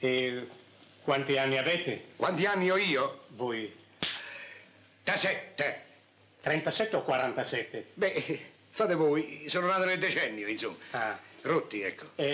E quanti anni avete Quanti anni ho io? voi? Da sette. 37 o 47? Beh, fate voi, sono nato nel decennio, insomma. Ah. Rotti, ecco.